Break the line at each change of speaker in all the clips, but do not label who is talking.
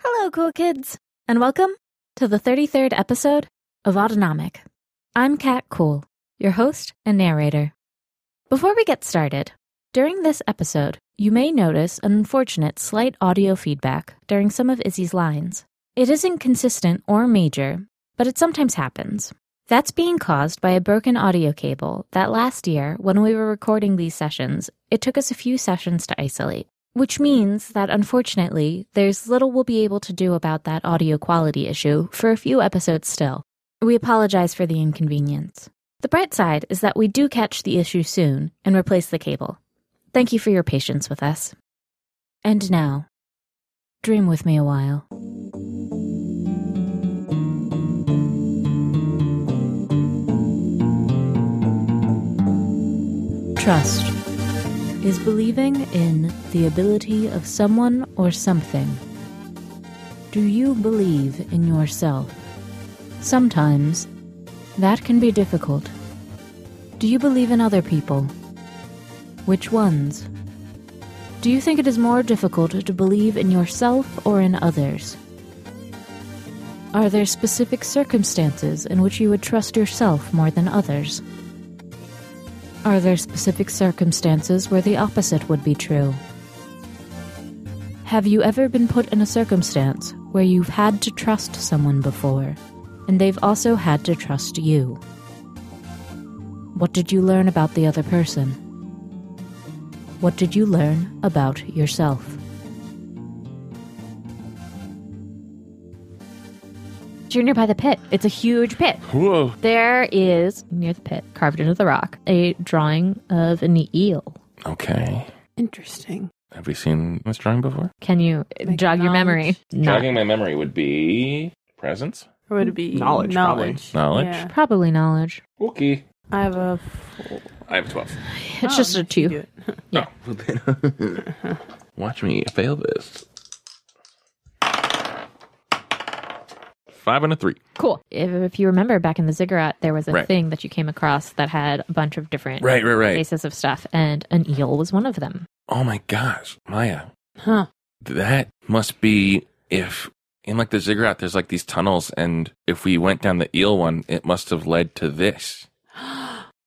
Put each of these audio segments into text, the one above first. Hello, cool kids, and welcome to the 33rd episode of Autonomic. I'm Kat Cool, your host and narrator. Before we get started, during this episode, you may notice an unfortunate slight audio feedback during some of Izzy's lines. It isn't consistent or major, but it sometimes happens. That's being caused by a broken audio cable that last year, when we were recording these sessions, it took us a few sessions to isolate. Which means that unfortunately, there's little we'll be able to do about that audio quality issue for a few episodes still. We apologize for the inconvenience. The bright side is that we do catch the issue soon and replace the cable. Thank you for your patience with us. And now, dream with me a while. Trust is believing in the ability of someone or something. Do you believe in yourself? Sometimes that can be difficult. Do you believe in other people? Which ones? Do you think it is more difficult to believe in yourself or in others? Are there specific circumstances in which you would trust yourself more than others? Are there specific circumstances where the opposite would be true? Have you ever been put in a circumstance where you've had to trust someone before, and they've also had to trust you? What did you learn about the other person? What did you learn about yourself?
Junior by the pit. It's a huge pit.
Whoa.
There is, near the pit, carved into the rock, a drawing of an eel.
Okay.
Interesting.
Have we seen this drawing before?
Can you
Like
jog your
knowledge?
memory?
Jogging my memory would be presence.
Or would it be
Knowledge, probably.
Knowledge.
Knowledge?
Yeah.
Probably knowledge.
Okay.
I have a. Four.
I have 12.
It's
Oh,
just
no,
a
you can
two.
do it.
Watch me fail this. Five and a three.
Cool. If, if you remember back in the ziggurat, there was a
Right.
thing that you came across that had a bunch of different
Right, right, right.
cases of stuff, and an eel was one of them.
Oh my gosh, Maya.
Huh.
That must be if in like the ziggurat, there's like these tunnels, and if we went down the eel one, it must have led to this.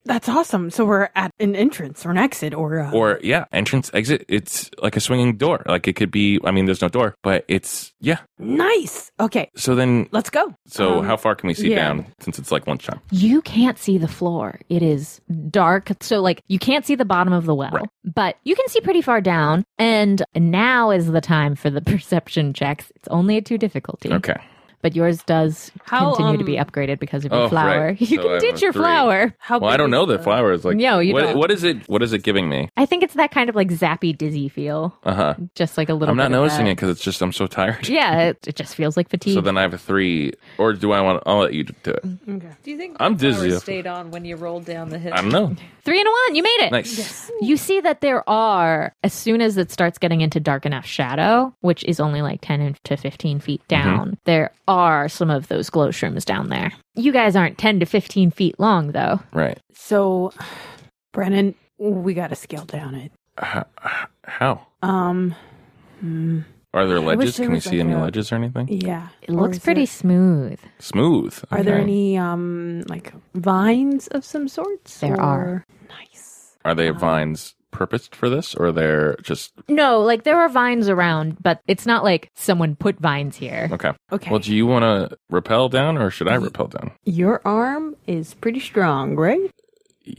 That's awesome. So we're at an entrance or an exit or a.
Or yeah, entrance, exit. It's like a swinging door. Like it could be. I mean, there's no door, but it's yeah.
nice. Okay,
So then
let's go.
So
Um,
how far can we see
yeah.
down since it's like lunchtime?
You can't see the floor. It is dark. So, like, you can't see the bottom of the well,
Right.
but you can see pretty far down. And now is the time for the perception checks. It's only a two
Mm-hmm.
difficulty.
Okay.
But yours does
How,
continue to be
um,
upgraded because of your
Oh,
flower.
right.
You
So I
can
have
ditch
a
your
three.
flower.
How
Well, I
big
don't know
is
that flower is like.
No, you
what,
don't.
what is it? What is it giving me?
I think it's that kind of like zappy, dizzy feel.
Uh huh.
Just like a little
I'm not
bit of
noticing
that.
it because it's just I'm so tired.
Yeah, it, it just feels like fatigue.
So then I have a three, or do I want? I'll let you do it.
Okay.
Do you think
I'm
the flowers
dizzy.
stayed on when you rolled down the hill?
I don't know.
Three and a one. You made it.
Nice.
You see that there are, as soon as it starts getting into dark enough shadow, which is only like 10 in- to 15 feet
Mm-hmm.
down, there are some of those glow shrooms down there. You guys aren't 10 to 15 feet long, though.
Right.
So, Brennan, we got to scale down it.
H- h- How?
Um. hmm,
Are there
wish
ledges?
there
Can we
was,
see
like,
any
a-
ledges or anything?
Yeah.
It
Or
looks
is
pretty
there-
smooth.
Smooth.
Are there
Okay.
any um like vines of some sorts?
There are.
or- Nice.
Are they vines purposed for this, or they're just
No, like there are vines around, but it's not like someone put vines here.
okay?
Okay.
Well, do you want to rappel down, or should I rappel down?
Your arm is pretty strong, right?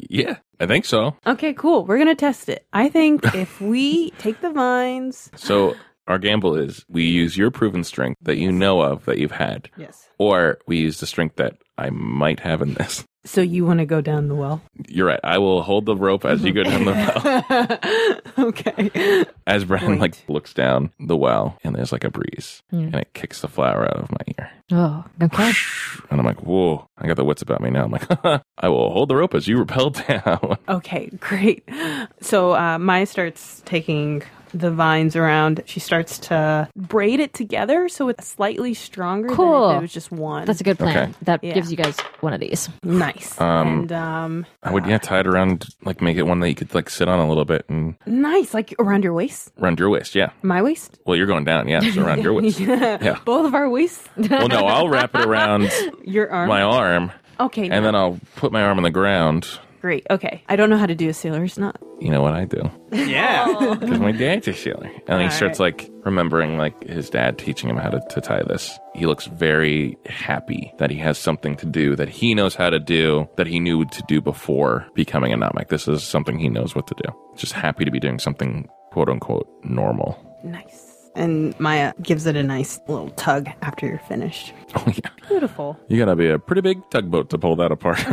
Yeah, I think so.
Okay, cool. We're gonna test it. I think if we take the vines,
So our gamble is we use your proven strength that you know of that you've had,
yes.
or we use the strength that I might have in this.
So you want to go down the well?
You're right. I will hold the rope as you go down the well.
okay.
As Brennan
Great.
like looks down the well, and there's like a breeze, and it kicks the flower out of my ear,
Oh, okay.
and I'm like, "Whoa!" I got the wits about me now. I'm like, "I will hold the rope as you rappel down."
Okay. Great. So uh, Maya starts taking the vines around, she starts to braid it together so it's slightly stronger
Cool.
than if it was just one.
That's a good plan.
Okay.
That
Yeah.
gives you guys one of these.
nice.
Um,
and um,
I would yeah tie it around like make it one that you could like sit on a little bit and
nice, like around your waist,
around your waist. Yeah.
my waist.
Well, you're going down. Yeah, so around your waist. Yeah.
Both of our waists,
Well, no, I'll wrap it around
your arm.
my arm
okay,
and then I'll put my arm on the ground.
great. Okay, I don't know how to do a sailor's knot.
You know what I do?
Yeah.
Because my dad's a sailor. And then he starts like remembering like his dad teaching him how to, to tie this. He looks very happy that he has something to do that he knows how to do that he knew to do before becoming a nomic. This is something he knows what to do. Just happy to be doing something quote unquote normal.
Nice. And Maya gives it a nice little tug after you're finished.
Oh yeah.
Beautiful.
You gotta be a pretty big tugboat to pull that apart.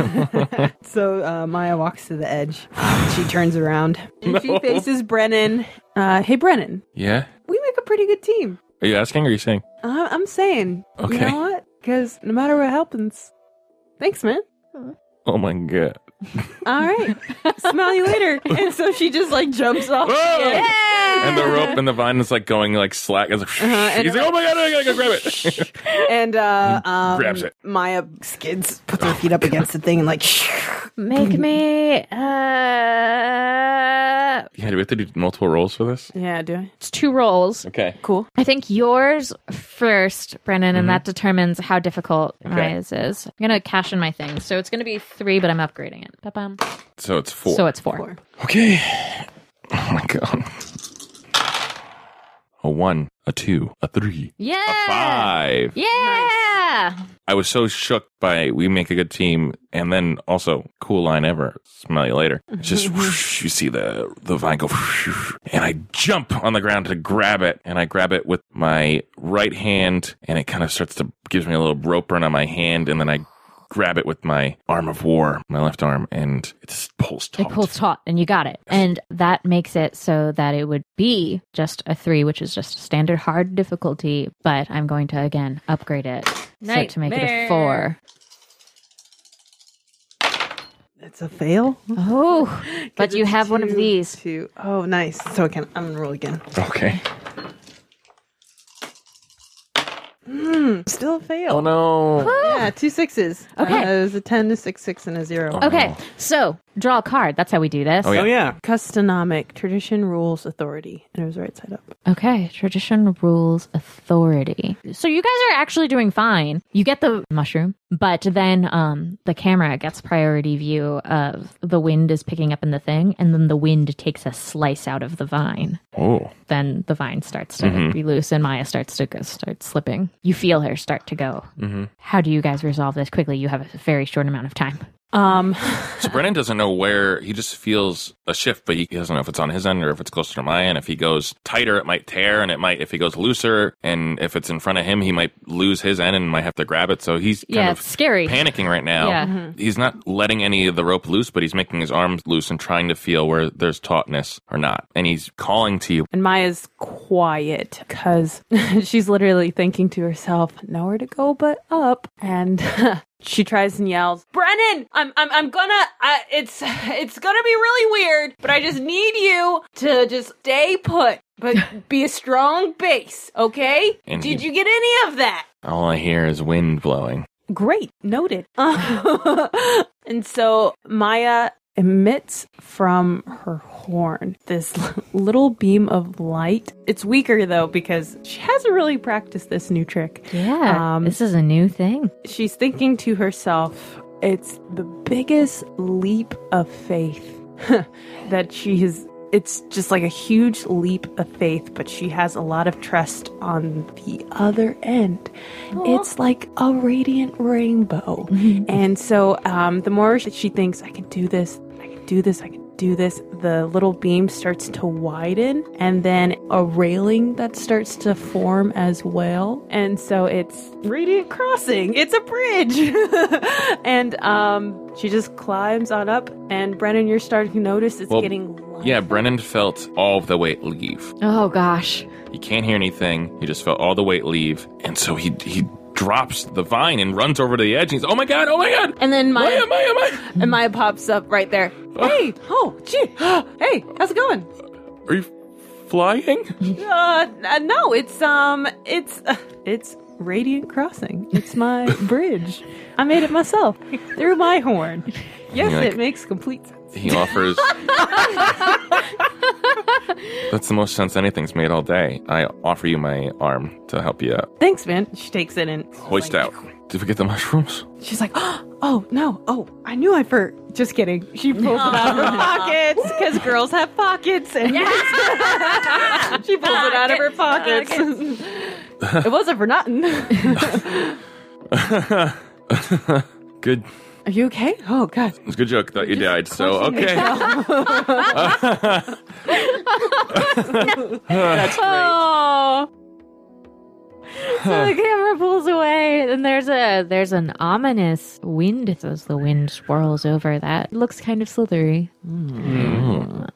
So uh, Maya walks to the edge. she turns around. And She faces Brennan. Uh, hey, Brennan,
yeah?
we make a pretty good team.
Are you asking or are you saying?
Uh, I'm saying, you
Okay.
know what? Because no matter what happens, thanks, man.
Oh my god.
All right, smell you later. And so she just like jumps off.
Whoa! And the rope and the vine is like going like slack. It's like,
and
he's like, oh my god, I gotta go grab it.
And uh, um,
Grabs it.
Maya skids, puts her feet up against the thing, and like.
Make me. Uh,
yeah, do we have to do multiple rolls for this?
Yeah, do I?
it's two rolls.
Okay.
Cool.
I think yours first, Brennan,
Mm-hmm.
and that determines how difficult Maya's is. I'm gonna cash in my thing, so it's gonna be three, but I'm upgrading it. Ba-bum.
So it's four.
So it's four.
Four.
okay. Oh my god. A one, a two, a three,
Yeah.
a five.
Yeah.
I was so shook by we make a good team, and then also cool line ever. Smell you later. It's Just
Mm-hmm.
whoosh, you see the the vine go, whoosh, and I jump on the ground to grab it, and I grab it with my right hand, and it kind of starts to gives me a little rope burn on my hand, and then I grab it with my arm of war, my left arm, and it just pulls
It
taut.
pulls taut and you got it. And that makes it so that it would be just a three, which is just a standard hard difficulty, but I'm going to again upgrade it so to make it a
Nightmare.
four.
That's a fail.
Oh, but you have one of these.
Two. Oh, nice. So I can. I'm gonna roll again.
Okay.
Still a fail.
Oh no.
Yeah, two sixes.
Ah! Okay.
Uh, there's a 10, a 6, 6, and a 0.
Okay, so draw a card. That's how we do this.
Oh, yeah.
Oh, yeah.
Custonomic, tradition, rules, authority. And it was right side up.
Okay, tradition rules authority. So you guys are actually doing fine. You get the mushroom, but then um the camera gets priority view of the wind is picking up in the thing and then the wind takes a slice out of the vine.
Oh.
Then the vine starts to be loose and Maya starts to go, start slipping. You feel her start to go. Mm-hmm. How do you guys resolve this quickly? You have a very short amount of time.
Um,
So Brennan doesn't know where he just feels a shift, but he doesn't know if it's on his end or if it's closer to my end. If he goes tighter, it might tear, and it might if he goes looser, and if it's in front of him, he might lose his end and might have to grab it. So he's kind
yeah,
of
it's scary.
panicking right now.
Yeah.
He's not letting any of the rope loose, but he's making his arms loose and trying to feel where there's tautness or not. And he's calling to you.
and Maya's quiet because she's literally thinking to herself, nowhere to go but up. And she tries and yells, Brennan, I'm, I'm, I'm gonna, uh, it's, it's gonna be really weird, but I just need you to just stay put, but be a strong base, okay?
And
Did
he-
you get any of that?
All I hear is wind blowing.
Great, noted. and so Maya emits from her horn this little beam of light. It's weaker though because she hasn't really practiced this new trick.
Yeah,
Um,
this is a new thing.
She's thinking to herself, it's the biggest leap of faith that she has. It's just like a huge leap of faith, but she has a lot of trust on the other end. It's like a radiant rainbow. and so um, the more that she thinks, I can do this, I can do this, I can do this, the little beam starts to widen and then a railing that starts to form as well. And so it's Radiant Crossing. It's a bridge. and um she just climbs on up and Brennan, you're starting to notice it's
Well,
getting light.
Yeah, Brennan felt all of the weight leave.
Oh gosh.
He can't hear anything. He just felt all the weight leave, and so he he drops the vine and runs over to the edge. He's oh my god, oh my god,
And then
Maya,
Maya
Maya, Maya.
and Maya pops up right there. Hey, oh gee. Hey, how's it going?
Are you flying?
Uh, n- no, it's um, it's uh, it's Radiant Crossing. It's my bridge. I made it myself through my horn. Yes,
You're like-
it makes complete sense.
He offers. That's the most sense anything's made all day. I offer you my arm to help you out.
Thanks, man. She takes it and
Hoist out. Did we get the mushrooms?
She's like, oh no, oh, I knew I for. Just kidding. She pulls it out of her pockets because girls have pockets, and she pulls it out of her pockets. it wasn't for nothing. Are
Good.
you okay? Oh god.
It's a good joke. Thought you died. So okay.
Oh. so the camera pulls away, and there's a there's an ominous wind as the wind swirls over. That looks kind of slithery.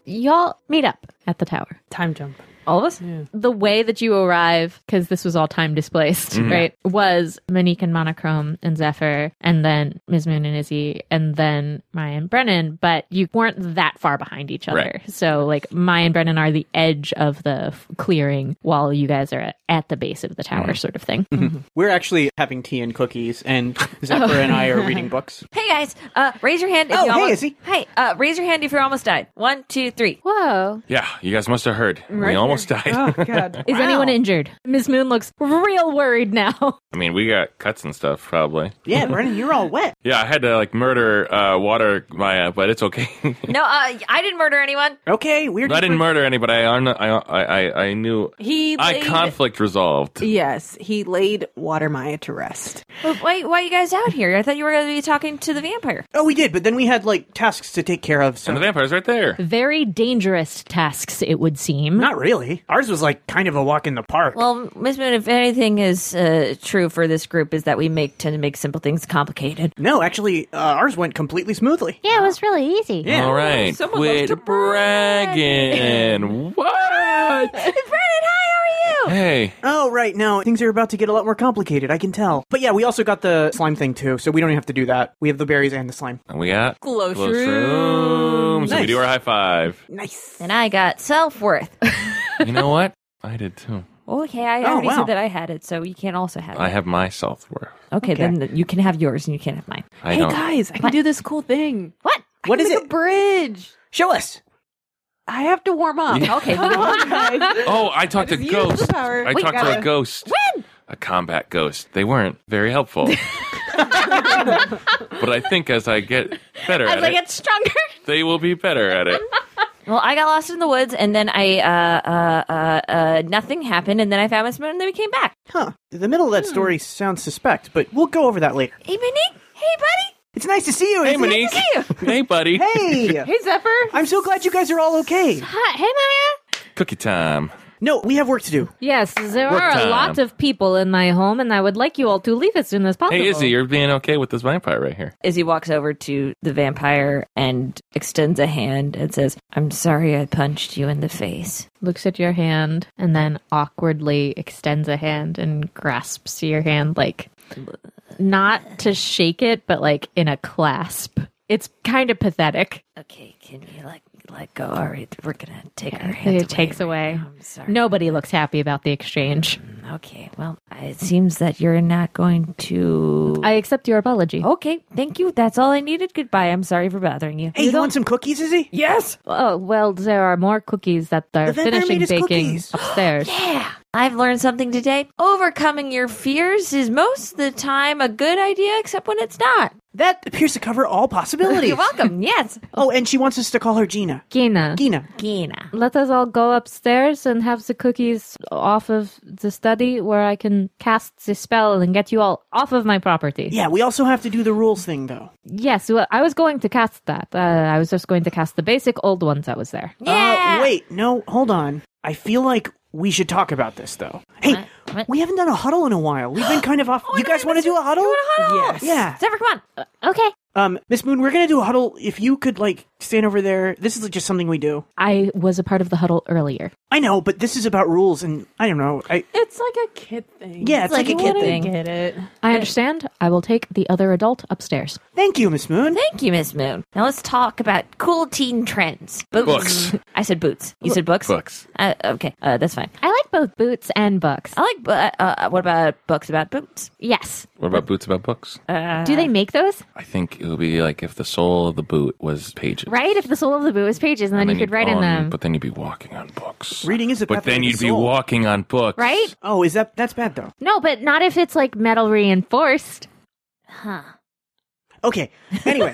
Y'all meet up at the tower.
Time jump.
All of us. The way that you arrive, because this was all time displaced,
Mm-hmm.
right? Was Monique and Monochrome and Zephyr, and then Ms. Moon and Izzy, and then Maya and Brennan. But you weren't that far behind each other.
Right.
So, like, Maya and Brennan are the edge of the f- clearing, while you guys are at, at the base of the tower,
Mm-hmm.
sort of thing.
We're actually having tea and cookies, and Zephyr and I are reading books.
Hey guys, uh, raise your hand if
Oh,
you
hey,
almost.
Izzy.
Hey, uh, raise your hand if you almost died. One, two, three.
Whoa!
Yeah, you guys must have heard. we almost died.
Oh god.
Is anyone injured? Ms. Moon looks real worried now.
I mean, we got cuts and stuff probably.
Yeah, Brennan, you're all wet.
Yeah, I had to like murder uh, water Maya, but it's okay.
No, uh, I didn't murder anyone.
Okay, we're.
I
just-
didn't murder anybody. I I'm not- I I I- I knew.
He
I conflict resolved.
Yes, he laid Watermaya to rest.
Well, Why, why are you guys out here? I thought you were going to be talking to the vampire.
Oh, we did, but then we had like tasks to take care of. So
And the vampire's right there.
Very dangerous tasks, it would seem.
not really. Ours was like kind of a walk in the park.
Well, Miss Moon, if anything is uh, true for this group, is that we make tend to make simple things complicated.
no, actually, uh, ours went completely smoothly.
yeah, it was really easy.
Yeah.
All right.
Someone
Quit
loves to
bragging. what?
Brennan, hi, how are you?
Hey.
Oh, right. No, things are about to get a lot more complicated. I can tell. But yeah, we also got the slime thing too, so we don't have to do that. We have the berries and the slime.
And we got
Glow
shrooms. And we
Nice.
do our high five.
Nice.
And I got self worth.
You know what? I did too.
okay, I
Oh,
already
wow.
said that I had it, so you can't also have it.
I have my self worth.
okay,
Okay.
then th- you can have yours and you can't have mine.
I
hey
don't.
guys, I can do this cool thing.
What?
What is
Make a
it?
bridge.
Show us.
I have to warm up.
Okay.
Come on, guys.
Oh, I talked to
just used
ghosts.
the power.
I
We
talked to
gotta-
a ghost. When? A combat ghost. They weren't very helpful. but I think as I get better at
As I
it,
get stronger.
they will be better at it.
Well, I got lost in the woods, and then I uh, uh, uh, uh, nothing happened, and then I found my spoon, and then we came back.
Huh. The middle of that story sounds suspect, but we'll go over that later.
Hey, Minnie. Hey, buddy.
It's nice to see you.
Hey,
isn't it?
Monique. Hey, buddy.
Hey.
Hey Zephyr.
I'm so glad you guys are all okay.
Hi, hey, Maya.
Cookie time.
No, we have work to do.
Yes, there
Work
are a
time.
lot of people in my home, and I would like you all to leave as soon as possible.
Hey, Izzy, you're being okay with this vampire right here.
Izzy walks over to the vampire and extends a hand and says, "I'm sorry, I punched you in the face."
looks at your hand and then awkwardly extends a hand and grasps your hand, like not to shake it, but like in a clasp. It's kind of pathetic.
Okay, can you like let go? All right, we're gonna take our
It
hands.
takes away.
I'm sorry.
Nobody looks happy about the exchange.
Okay. Well, it seems that you're not going to.
I accept your apology.
Okay, thank you. That's all I needed. Goodbye. I'm sorry for bothering you.
Hey, you, want some cookies, Izzy? Yeah.
Oh, well, there are more cookies that they're
The vampire made
finishing
us
baking
cookies.
upstairs.
Yeah. I've learned something today. Overcoming your fears is most of the time a good idea, except when it's not.
That appears to cover all possibilities.
You're welcome. yes.
oh, and she wants us to call her Gina.
Gina,
Gina.
Gina.
let us all go upstairs and have the cookies off of the study where I can cast the spell and get you all off of my property.
Yeah, we also have to do the rules thing though.
Yes, well, I was going to cast that. Uh, I was just going to cast the basic old ones that was there.
Yeah.
Uh, wait, no, hold on. I feel like we should talk about this though. Hey,
What? Oh,
we haven't done a huddle in a while. We've been kind of off. you guys want to do a huddle?
Huddle.
Yeah.
Zephyr, come on.
Uh, Okay.
Um, Miss Moon, we're gonna do a huddle. If you could like Stand over there. This is just something we do.
I was a part of the huddle earlier.
I know, but this is about rules, and I don't know. I
It's like a kid thing.
yeah, it's like,
like a
a
kid
kid
thing.
thing.
Get it.
I understand. I will take the other adult upstairs.
Thank you, Miss Moon.
Thank you, Miss Moon. Now let's talk about cool teen trends. Boots.
Books.
I said boots. You said books.
Books.
Uh, okay, uh, that's fine.
I like both boots and books.
I like. bu- Uh, uh, what about books about boots?
Oh, Yes.
What about boots about books?
Uh,
Do they make those?
I think it would be like if the sole of the boot was pages.
Right? If the sole of the boot was pages and then, you
you'd
could write in
own-
them.
But then you'd be walking on books.
Reading is a
But
pathway
then
to
you'd be
soul.
walking on books.
Right?
Oh, is that that's bad though?
No, but not if it's like metal reinforced.
Okay. Anyway.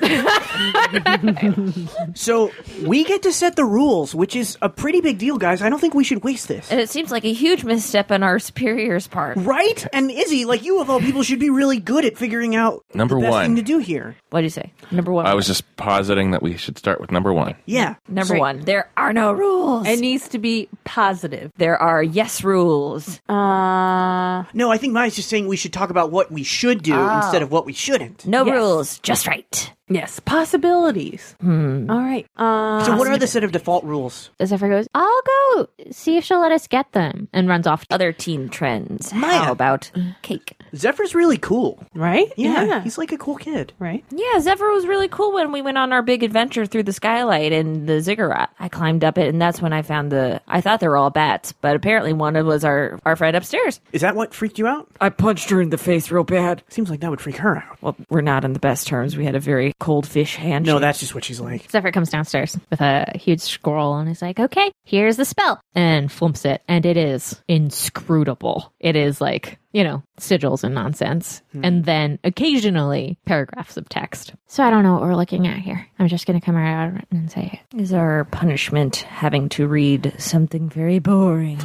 so we get to set the rules, which is a pretty big deal, guys. I don't think we should waste this.
It seems like a huge misstep on our superior's part.
Right? And Izzy, like you of all people, should be really good at figuring out
Number
the best
one.
thing to do here.
What do you say? Number one.
I was just positing that we should start with number one.
Yeah.
Number one. There are no rules.
It needs to be positive.
there are yes rules.
Uh,
No, I think mine's just saying we should talk about what we should do instead of what we shouldn't.
No
Yes.
rules. Just right.
yes, possibilities. All right. Uh,
So what are the set of default rules?
As Zephyr goes, I'll go see if she'll let us get them and runs off.
Other teen trends.
Maya.
How about cake?
Zephyr's really cool.
right?
Yeah, He's like a cool kid.
right.
Yeah, Zephyr was really cool when we went on our big adventure through the skylight and the ziggurat. I climbed up it, and that's when I found the. I thought they were all bats, but apparently one of was our our friend upstairs.
Is that what freaked you out?
I punched her in the face real bad.
Seems like that would freak her out.
Well, we're not on the best terms. We had a very cold fish handshake.
No, that's just what she's like.
Zephyr comes downstairs with a huge scroll and is like, okay, here's the spell. And flumps it. And it is inscrutable. It is like, you know, sigils and nonsense. And then occasionally paragraphs of text. So I don't know what we're looking at here. I'm just going to come right out and say it.
is our punishment having to read something very boring.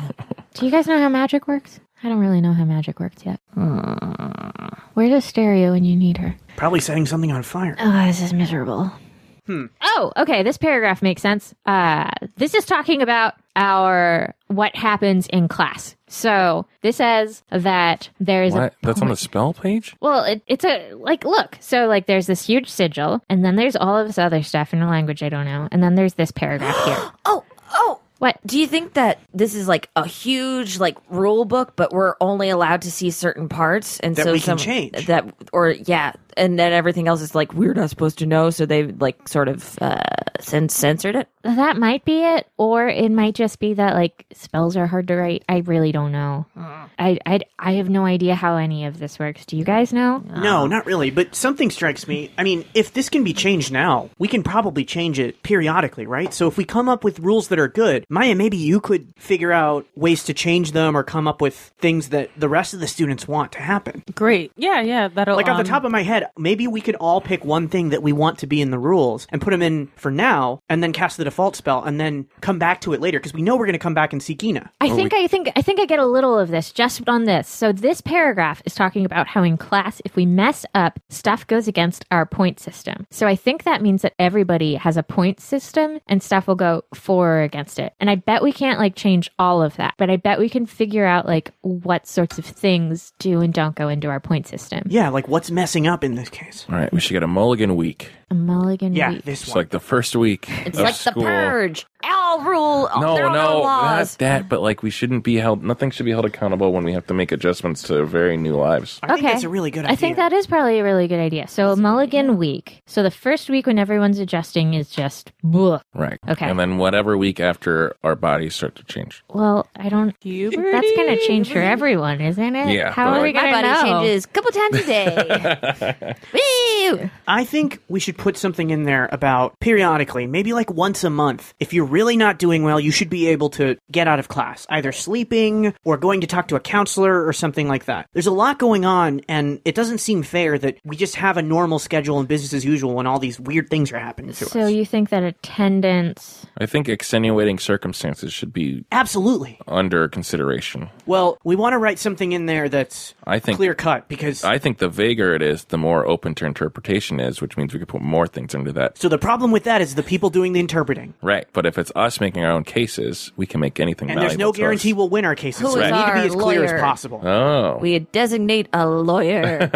Do you guys know how magic works? I don't really know how magic works yet. Where's a stereo when you need her?
Probably setting something on fire.
Oh, this is miserable.
Hmm.
Oh, okay. This paragraph makes sense. Uh, this is talking about our what happens in class. So this says that there is
What?
a
That's on the spell page?
well, it, it's a like look. So like there's this huge sigil, and then there's all of this other stuff in a language I don't know, and then there's this paragraph here.
Oh, oh.
What?
Do you think that this is like a huge like rule book, but we're only allowed to see certain parts, and
That
so
we
some
can change.
that or yeah, and then everything else is like we're not supposed to know, so they like sort of uh, cen- censored it.
That might be it, or it might just be that like spells are hard to write. I really don't know.
Uh.
I I I have no idea how any of this works. Do you guys know?
Um,
No, not really, but something strikes me. I mean, if this can be changed now, we can probably change it periodically, right? So if we come up with rules that are good, Maya, maybe you could figure out ways to change them or come up with things that the rest of the students want to happen.
Great. Yeah, yeah. That'll um,
Like off the top of my head, maybe we could all pick one thing that we want to be in the rules and put them in for now and then cast the default spell and then come back to it later because we know we're going to come back and see Gina.
I think I think I think I get a little of this just on this. So this paragraph is talking about how in class if we mess up, stuff goes against our point system. So I think that means that everybody has a point system and stuff will go for or against it. And I bet we can't like change all of that, but I bet we can figure out like what sorts of things do and don't go into our point system.
Yeah, like what's messing up in this case?
All right, we should get a mulligan week.
A mulligan
Yeah,
week.
this
It's
one.
like the first week.
It's
of
like
school.
the purge. All rule.
No,
there are no,
no, not
laws.
that. But like, we shouldn't be held. Nothing should be held accountable when we have to make adjustments to very new lives.
I think that's a really good idea.
I think that is probably a really good idea. So a mulligan week. So the first week when everyone's adjusting is just bleh.
Right.
Okay.
And then whatever week after our bodies start to change.
Well, I don't
puberty.
That's going to change for everyone, isn't it?
Yeah,
How
but
are we
like-
going
My
to
body
know?
changes a couple times a day. Woo!
I think we should put something in there about periodically, maybe like once a month. If you're really not doing well, you should be able to get out of class, either sleeping or going to talk to a counselor or something like that. There's a lot going on, and it doesn't seem fair that we just have a normal schedule and business as usual when all these weird things are happening to
So
us.
you think that attendance?
I think extenuating circumstances should be
Absolutely.
under consideration.
Well, we want to write something in there that's
I think.
clear cut because
I think the vaguer it is, the more open to interpretation is, which means we could put more things into that.
So the problem with that is the people doing the interpreting.
Right. But if it's us making our own cases, we can make anything
And there's no
valuable to us.
guarantee we'll win our cases.
Who
so
is
we need to be
our
as clear as
lawyer?
possible.
Oh.
We designate a lawyer.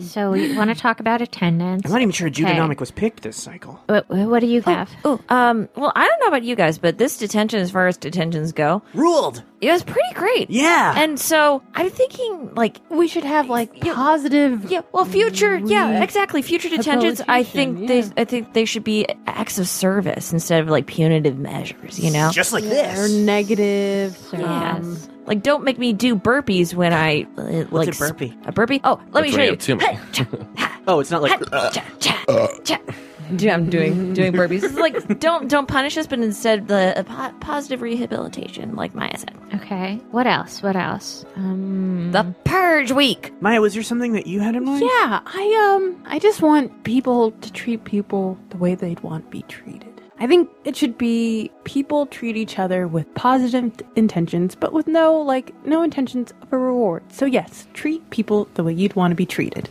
So we want to talk about attendance.
I'm not even sure Judonomic was picked this cycle.
What, what do you have?
oh, um, well, I don't know about you guys, but this detention, as far as detentions go,
Ruled!
it was pretty great.
Yeah!
And so I'm thinking, like,
We should have like
Yeah.
positive.
yeah, well, future, yeah, exactly, future detentions. I think
Rehabilitation,
they, I think they should be acts of service instead of like punitive measures. You know,
Just like
Or
this.
negative. um,
Yes. like don't make me do burpees when I uh, like
a
sp-
burpee?
A burpee? Oh, let
That's
me show
when
you.
you have Uh.
Oh, it's not like.
Cha, cha, cha. Yeah, I'm doing doing burpees. It's like don't don't punish us, but instead the uh, po- positive rehabilitation, like Maya said,
Okay. What else? What else? Um,
the purge week.
Maya, was there something that you had in mind?
Yeah, I um I just want people to treat people the way they'd want to be treated. I think it should be people treat each other with positive t- intentions, but with no like no intentions of a reward. So yes, treat people the way you'd want to be treated.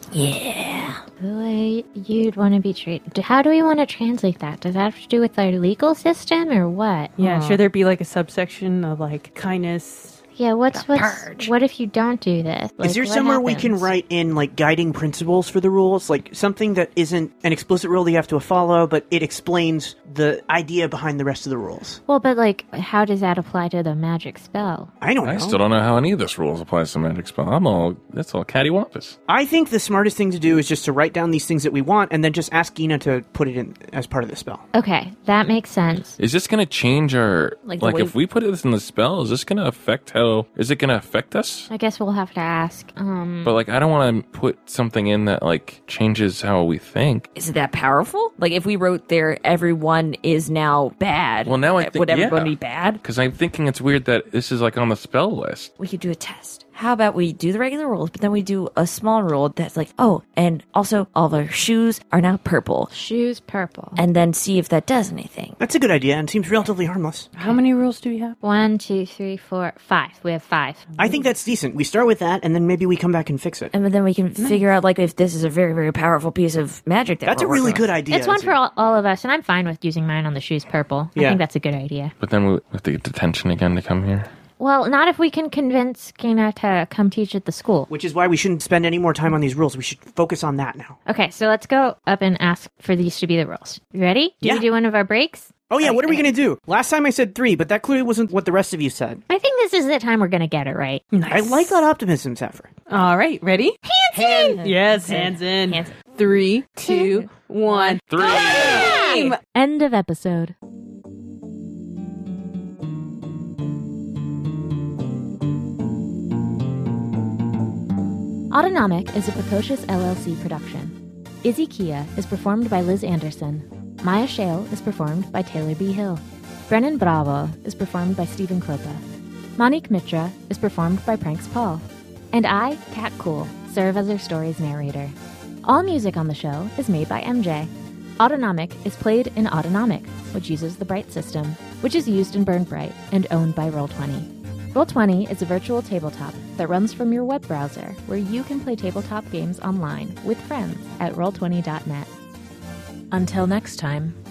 the way you'd want to be treated. How do we want to translate that? Does that have to do with our legal system or what?
Yeah, should there be like a subsection of like kindness?
Yeah. What's what's what if you don't do this? Like,
Is there
what
somewhere we can
happens?
write in like guiding principles for the rules, like something that isn't an explicit rule that you have to follow, but it explains the idea behind the rest of the rules?
Well, but like, how does that apply to the magic spell?
I don't
two. I
Oh.
know.
still don't know how any of this rules applies to magic spell. I'm all that's all cattywampus.
I think the smartest thing to do is just to write down these things that we want, and then just ask Gina to put it in as part of the spell.
Okay, that makes sense.
Is this going to change our like,
Like the way-
if we put this in the spell? Is this going to affect how? Is it going to affect us?
I guess we'll have to ask.
Hmm.
Um,
But like, I don't want to put something in that like changes how we think.
Is it that powerful? Like if we wrote there, everyone is now bad.
Well, now I
uh,
think-
would everyone
yeah.
be bad?
Because I'm thinking it's weird that this is like on the spell list.
We could do a test. How about we do the regular rules, but then we do a small rule that's like, oh, and also all of our shoes are now purple,
Shoes purple.
and then see if that does anything.
That's a good idea and seems relatively harmless.
How many rules do we have?
one, two, three, four, five. We have five.
I think that's decent. We start with that, and then maybe we come back and fix it.
And then we can figure out like if this is a very very powerful piece of magic. That
That's a
we're
really
working
good idea.
it's one
Izzy.
for all, all of us, and I'm fine with using mine on the shoes purple. I
Yeah.
think that's a good idea.
But then we have to get detention again to come here.
Well, not if we can convince Kina to come teach at the school.
Which is why we shouldn't spend any more time on these rules. We should focus on that now.
Okay, so let's go up and ask for these to be the rules. You ready? Do
Yeah.
we do one of our breaks?
Oh yeah, what are we gonna do? Last time I said three, but that clearly wasn't what the rest of you said.
I think this is the time we're going to get it right.
I like that optimism, Zephyr.
All right, ready? Hands in. Yes, hands in. Three, two, one.
Three.
End of episode. Autonomic is a precocious LLC production. Izzy Kia is performed by Liz Anderson. Maya Shale is performed by Taylor B. Hill. Brennan Bravo is performed by Stephen Kropa. Monique Mitra is performed by Pranks Paul. And I, Kat Cool, serve as our story's narrator. All music on the show is made by MJ. Autonomic is played in Autonomic, which uses the Bright system, which is used in Burn Bright and owned by Roll20. Roll20 is a virtual tabletop that runs from your web browser where you can play tabletop games online with friends at roll20.net. Until next time.